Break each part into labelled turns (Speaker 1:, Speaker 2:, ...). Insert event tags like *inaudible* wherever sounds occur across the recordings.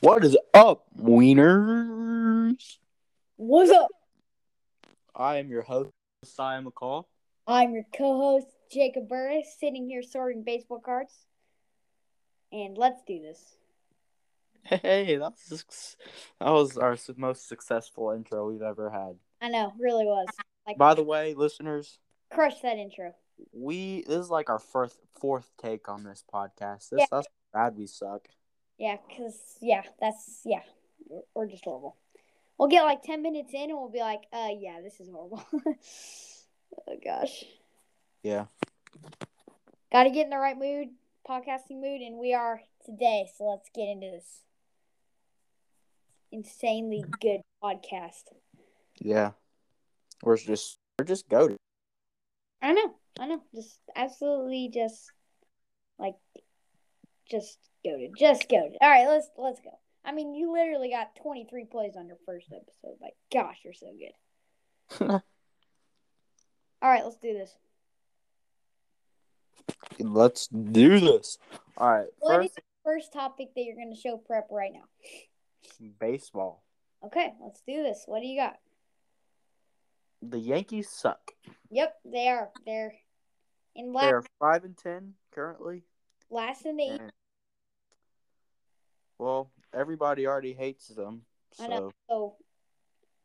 Speaker 1: What is up, wieners?
Speaker 2: What's up?
Speaker 1: I am your host, Messiah McCall.
Speaker 2: I'm your co-host Jacob Burris, sitting here sorting baseball cards, and let's do this.
Speaker 1: Hey, that was that was our su- most successful intro we've ever had.
Speaker 2: I know, really was. Like,
Speaker 1: By the way, listeners,
Speaker 2: crush that intro.
Speaker 1: we this is like our first fourth take on this podcast. This
Speaker 2: Yeah.
Speaker 1: that's bad. We suck.
Speaker 2: Yeah, cause yeah, that's yeah, we're, we're just horrible. We'll get like ten minutes in, and we'll be like, uh, yeah, this is horrible. *laughs* oh gosh,
Speaker 1: Yeah.
Speaker 2: got to get in the right mood, podcasting mood, and we are today. So let's get into this insanely good podcast.
Speaker 1: Yeah. We're just we're just goaded.
Speaker 2: I know, I know. Just absolutely just like just goaded. Just goaded. All right, let's let's go. I mean, you literally got 23 plays on your first episode. Like, gosh, you're so good. All right, let's do this.
Speaker 1: Let's do this. All right.
Speaker 2: What is
Speaker 1: first,
Speaker 2: the first topic that you're going to show prep right now?
Speaker 1: baseball.
Speaker 2: Okay, let's do this. What do you got?
Speaker 1: The Yankees suck.
Speaker 2: Yep, they are. They're in last,
Speaker 1: They're Mm. five and ten currently.
Speaker 2: last in the East.
Speaker 1: And- well, everybody already hates them.
Speaker 2: I know.
Speaker 1: So
Speaker 2: So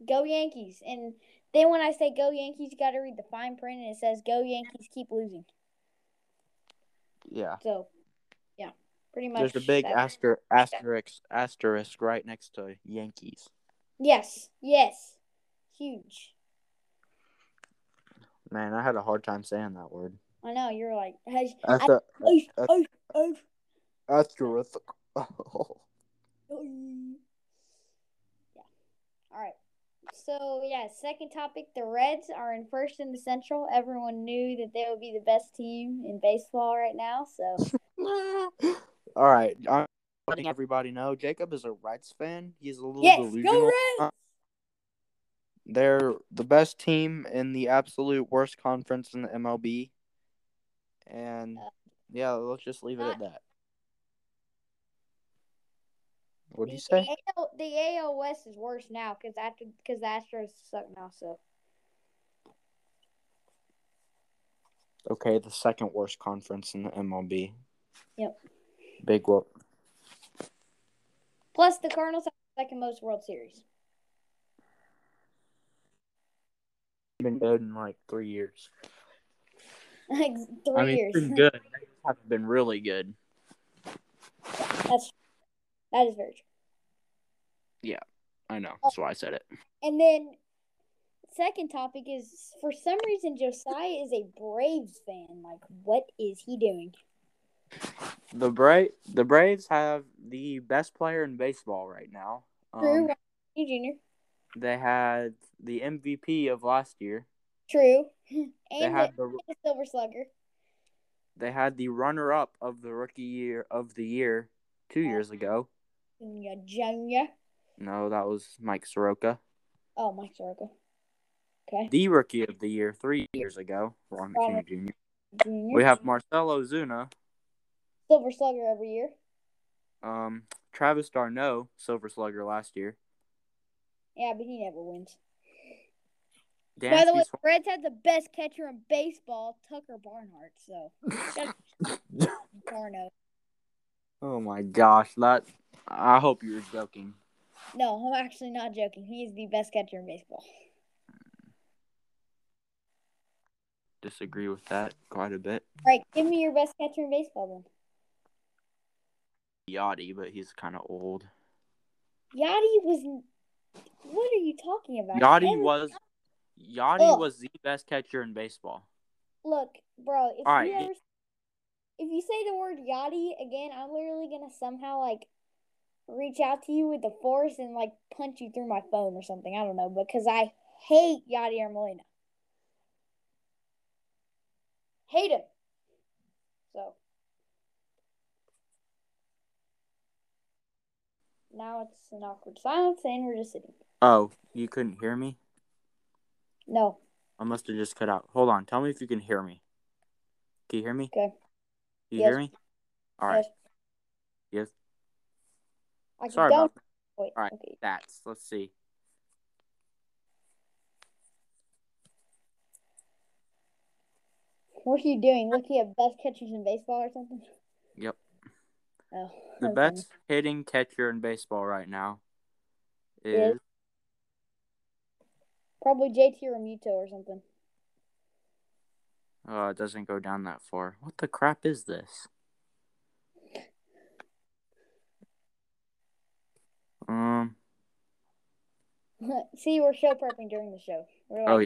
Speaker 2: go Yankees. And then when I say go Yankees, you got to read the fine print and it says go Yankees keep losing.
Speaker 1: yeah,
Speaker 2: So yeah, pretty much.
Speaker 1: there's a big
Speaker 2: that-
Speaker 1: aster asterisk asterisk right next to Yankees.
Speaker 2: Yes, yes. Huge.
Speaker 1: Man, I had a hard time saying that word.
Speaker 2: I know you're like "Hey,
Speaker 1: That's
Speaker 2: I-
Speaker 1: a,
Speaker 2: hey,
Speaker 1: that's-
Speaker 2: hey, hey."
Speaker 1: asterisk. *laughs*
Speaker 2: Yeah. All right. So yeah, second topic: the Reds are in first in the Central. Everyone knew that they would be the best team in baseball right now. So
Speaker 1: All right, I'm letting everybody know Jacob is a Reds fan. He's a little
Speaker 2: yes,
Speaker 1: delusional.
Speaker 2: go Reds!
Speaker 1: They're the best team in the absolute worst conference in the MLB. And yeah, let's just leave it at that. What do you say?
Speaker 2: The AL, the AL West is worse now because after because the Astros suck now. So
Speaker 1: Okay, the second worst conference in the MLB.
Speaker 2: Yep.
Speaker 1: Big whoop.
Speaker 2: plus the Cardinals have the second most World Series. *laughs*
Speaker 1: Been good in like three years.
Speaker 2: like three
Speaker 1: I mean,
Speaker 2: years.
Speaker 1: been good. They have been really good.
Speaker 2: That's that is very true.
Speaker 1: I know. That's why I said it.
Speaker 2: And then second topic is for some reason Josiah is a Braves fan. Like, what is he doing?
Speaker 1: The Bra- the Braves have the best player in baseball right now.
Speaker 2: True,
Speaker 1: Um,
Speaker 2: Ronald Acuna Jr.
Speaker 1: they had the MVP of last year.
Speaker 2: True, *laughs*
Speaker 1: They
Speaker 2: and
Speaker 1: had
Speaker 2: the,
Speaker 1: the
Speaker 2: and the Silver Slugger.
Speaker 1: they had the runner up of the rookie year of the year two years ago.
Speaker 2: Junior, Junior.
Speaker 1: No, that was Mike Soroka.
Speaker 2: Oh, Mike Soroka. Okay,
Speaker 1: The rookie of the year three years ago, Ron
Speaker 2: Ronald.
Speaker 1: McKinney Jr.
Speaker 2: Junior.
Speaker 1: We have Marcelo Zuna,
Speaker 2: Silver Slugger every year,
Speaker 1: um, Travis Darno, Silver Slugger last year.
Speaker 2: yeah, but he never wins. By the way,
Speaker 1: Dansby
Speaker 2: the Reds had the best catcher in baseball, Tucker Barnhart. So, Barno.
Speaker 1: oh my gosh, that I hope you were joking.
Speaker 2: No, I'm actually not joking. He is the best catcher in baseball.
Speaker 1: Disagree with that quite a bit.
Speaker 2: All right, give me your best catcher in baseball
Speaker 1: Yachty, but he's kind of old.
Speaker 2: then. Yachty was. What are you talking about?
Speaker 1: Yachty
Speaker 2: Every-
Speaker 1: was Yachty
Speaker 2: Ugh.
Speaker 1: was the best catcher in baseball.
Speaker 2: Look, bro. If
Speaker 1: All right,
Speaker 2: you
Speaker 1: y-
Speaker 2: ever, if you say the word Yachty again, I'm literally gonna somehow like reach out to you with the force and like punch you through my phone or something. I don't know because I hate Yachty or Molina. Hate him. So now it's an awkward silence, and we're just sitting.
Speaker 1: Oh, you couldn't hear me?
Speaker 2: No,
Speaker 1: I must have just cut out. Hold on. Tell me if you can hear me. Can you hear me?
Speaker 2: Okay.
Speaker 1: You
Speaker 2: Yes.
Speaker 1: hear me? All right. Yes.
Speaker 2: Like
Speaker 1: Sorry
Speaker 2: don't
Speaker 1: about
Speaker 2: wait.
Speaker 1: All right.
Speaker 2: Okay.
Speaker 1: stats. Let's see.
Speaker 2: What are you doing? Looking at best catchers in baseball or something?
Speaker 1: Yep.
Speaker 2: Oh.
Speaker 1: The
Speaker 2: okay.
Speaker 1: best hitting catcher in baseball right now
Speaker 2: Is-
Speaker 1: is
Speaker 2: Probably JT Remuto or something. *laughs*
Speaker 1: oh, it doesn't go down that far. What the crap is this? Um.
Speaker 2: See, we're show prepping during the show. We're like,
Speaker 1: Oh yeah.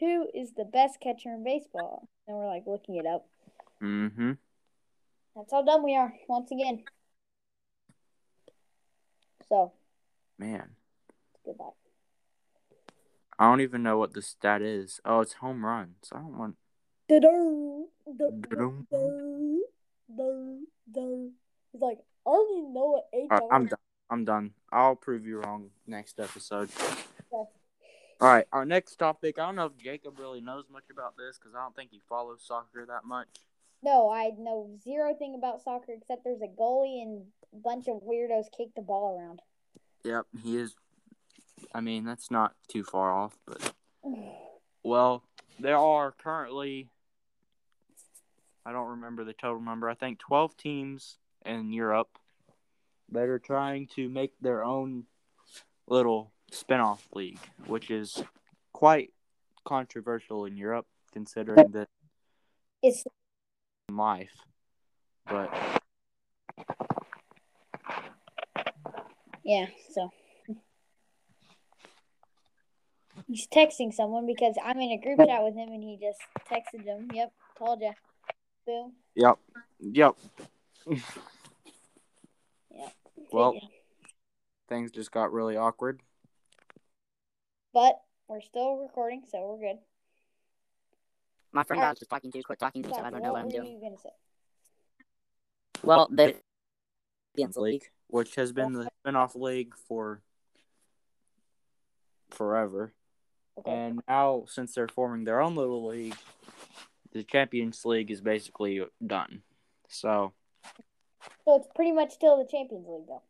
Speaker 2: who is the best catcher in baseball? And we're like looking it up.
Speaker 1: Mm-hmm.
Speaker 2: That's how dumb we are once again. So
Speaker 1: Man,
Speaker 2: goodbye.
Speaker 1: I don't even know what the stat is. Oh, it's home runs. I don't want.
Speaker 2: Da-dum, da-dum,
Speaker 1: Da-dum.
Speaker 2: da-dum, da-dum, da-dum. He's like, I don't even know what eight
Speaker 1: All right, Uh, I'm
Speaker 2: dollars
Speaker 1: done. I'm done. I'll prove you wrong next episode.
Speaker 2: Okay.
Speaker 1: All right, our next topic. I don't know if Jacob really knows much about this because I don't think he follows soccer that much.
Speaker 2: No, I know zero thing about soccer except there's a goalie and a bunch of weirdos kick the ball around. *sighs*
Speaker 1: Yep, he is. I mean, that's not too far off, but well, there are currently. I don't remember the total number. I think twelve teams in Europe that are trying to make their own little spin-off league, which is quite controversial in Europe, considering that
Speaker 2: It's
Speaker 1: in life. But
Speaker 2: yeah, so he's texting someone because I'm in a group chat with him and he just texted him. Yep, told ya. Boom.
Speaker 1: yep, yep.
Speaker 2: Yep.
Speaker 1: Well, things just got really awkward.
Speaker 2: but we're still recording, so we're good.
Speaker 3: My friend
Speaker 2: Uh,
Speaker 3: that I was just talking to quit talking to me, so I don't know what I'm
Speaker 2: were
Speaker 3: doing.
Speaker 2: you gonna say?
Speaker 3: Well, the Champions
Speaker 1: League,
Speaker 3: League.
Speaker 1: which has been the spin-off league for forever.
Speaker 2: Okay.
Speaker 1: And now, since they're forming their own little league, the Champions League is basically done. So,
Speaker 2: so it's pretty much still the Champions League, though.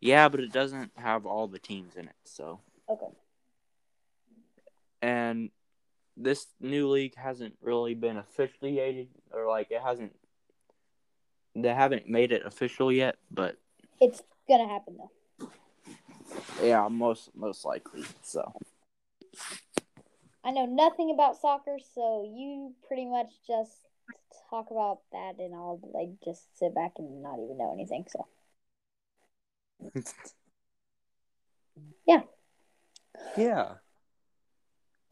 Speaker 1: yeah, but it doesn't have all the teams in it. So,
Speaker 2: Okay.
Speaker 1: and this new league hasn't really been officiated, or like it hasn't, they haven't made it official yet, but
Speaker 2: It's gonna happen though.
Speaker 1: yeah, most most likely. So,
Speaker 2: I know nothing about soccer, so you pretty much just talk about that, and I'll like just sit back and not even know anything. So
Speaker 1: yeah.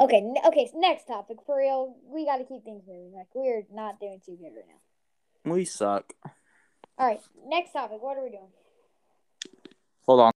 Speaker 2: okay, n- okay. so next topic for real. We got to keep things moving. Like we're not doing too good right now.
Speaker 1: We suck.
Speaker 2: All right, next topic. What are we doing?
Speaker 1: Hold on.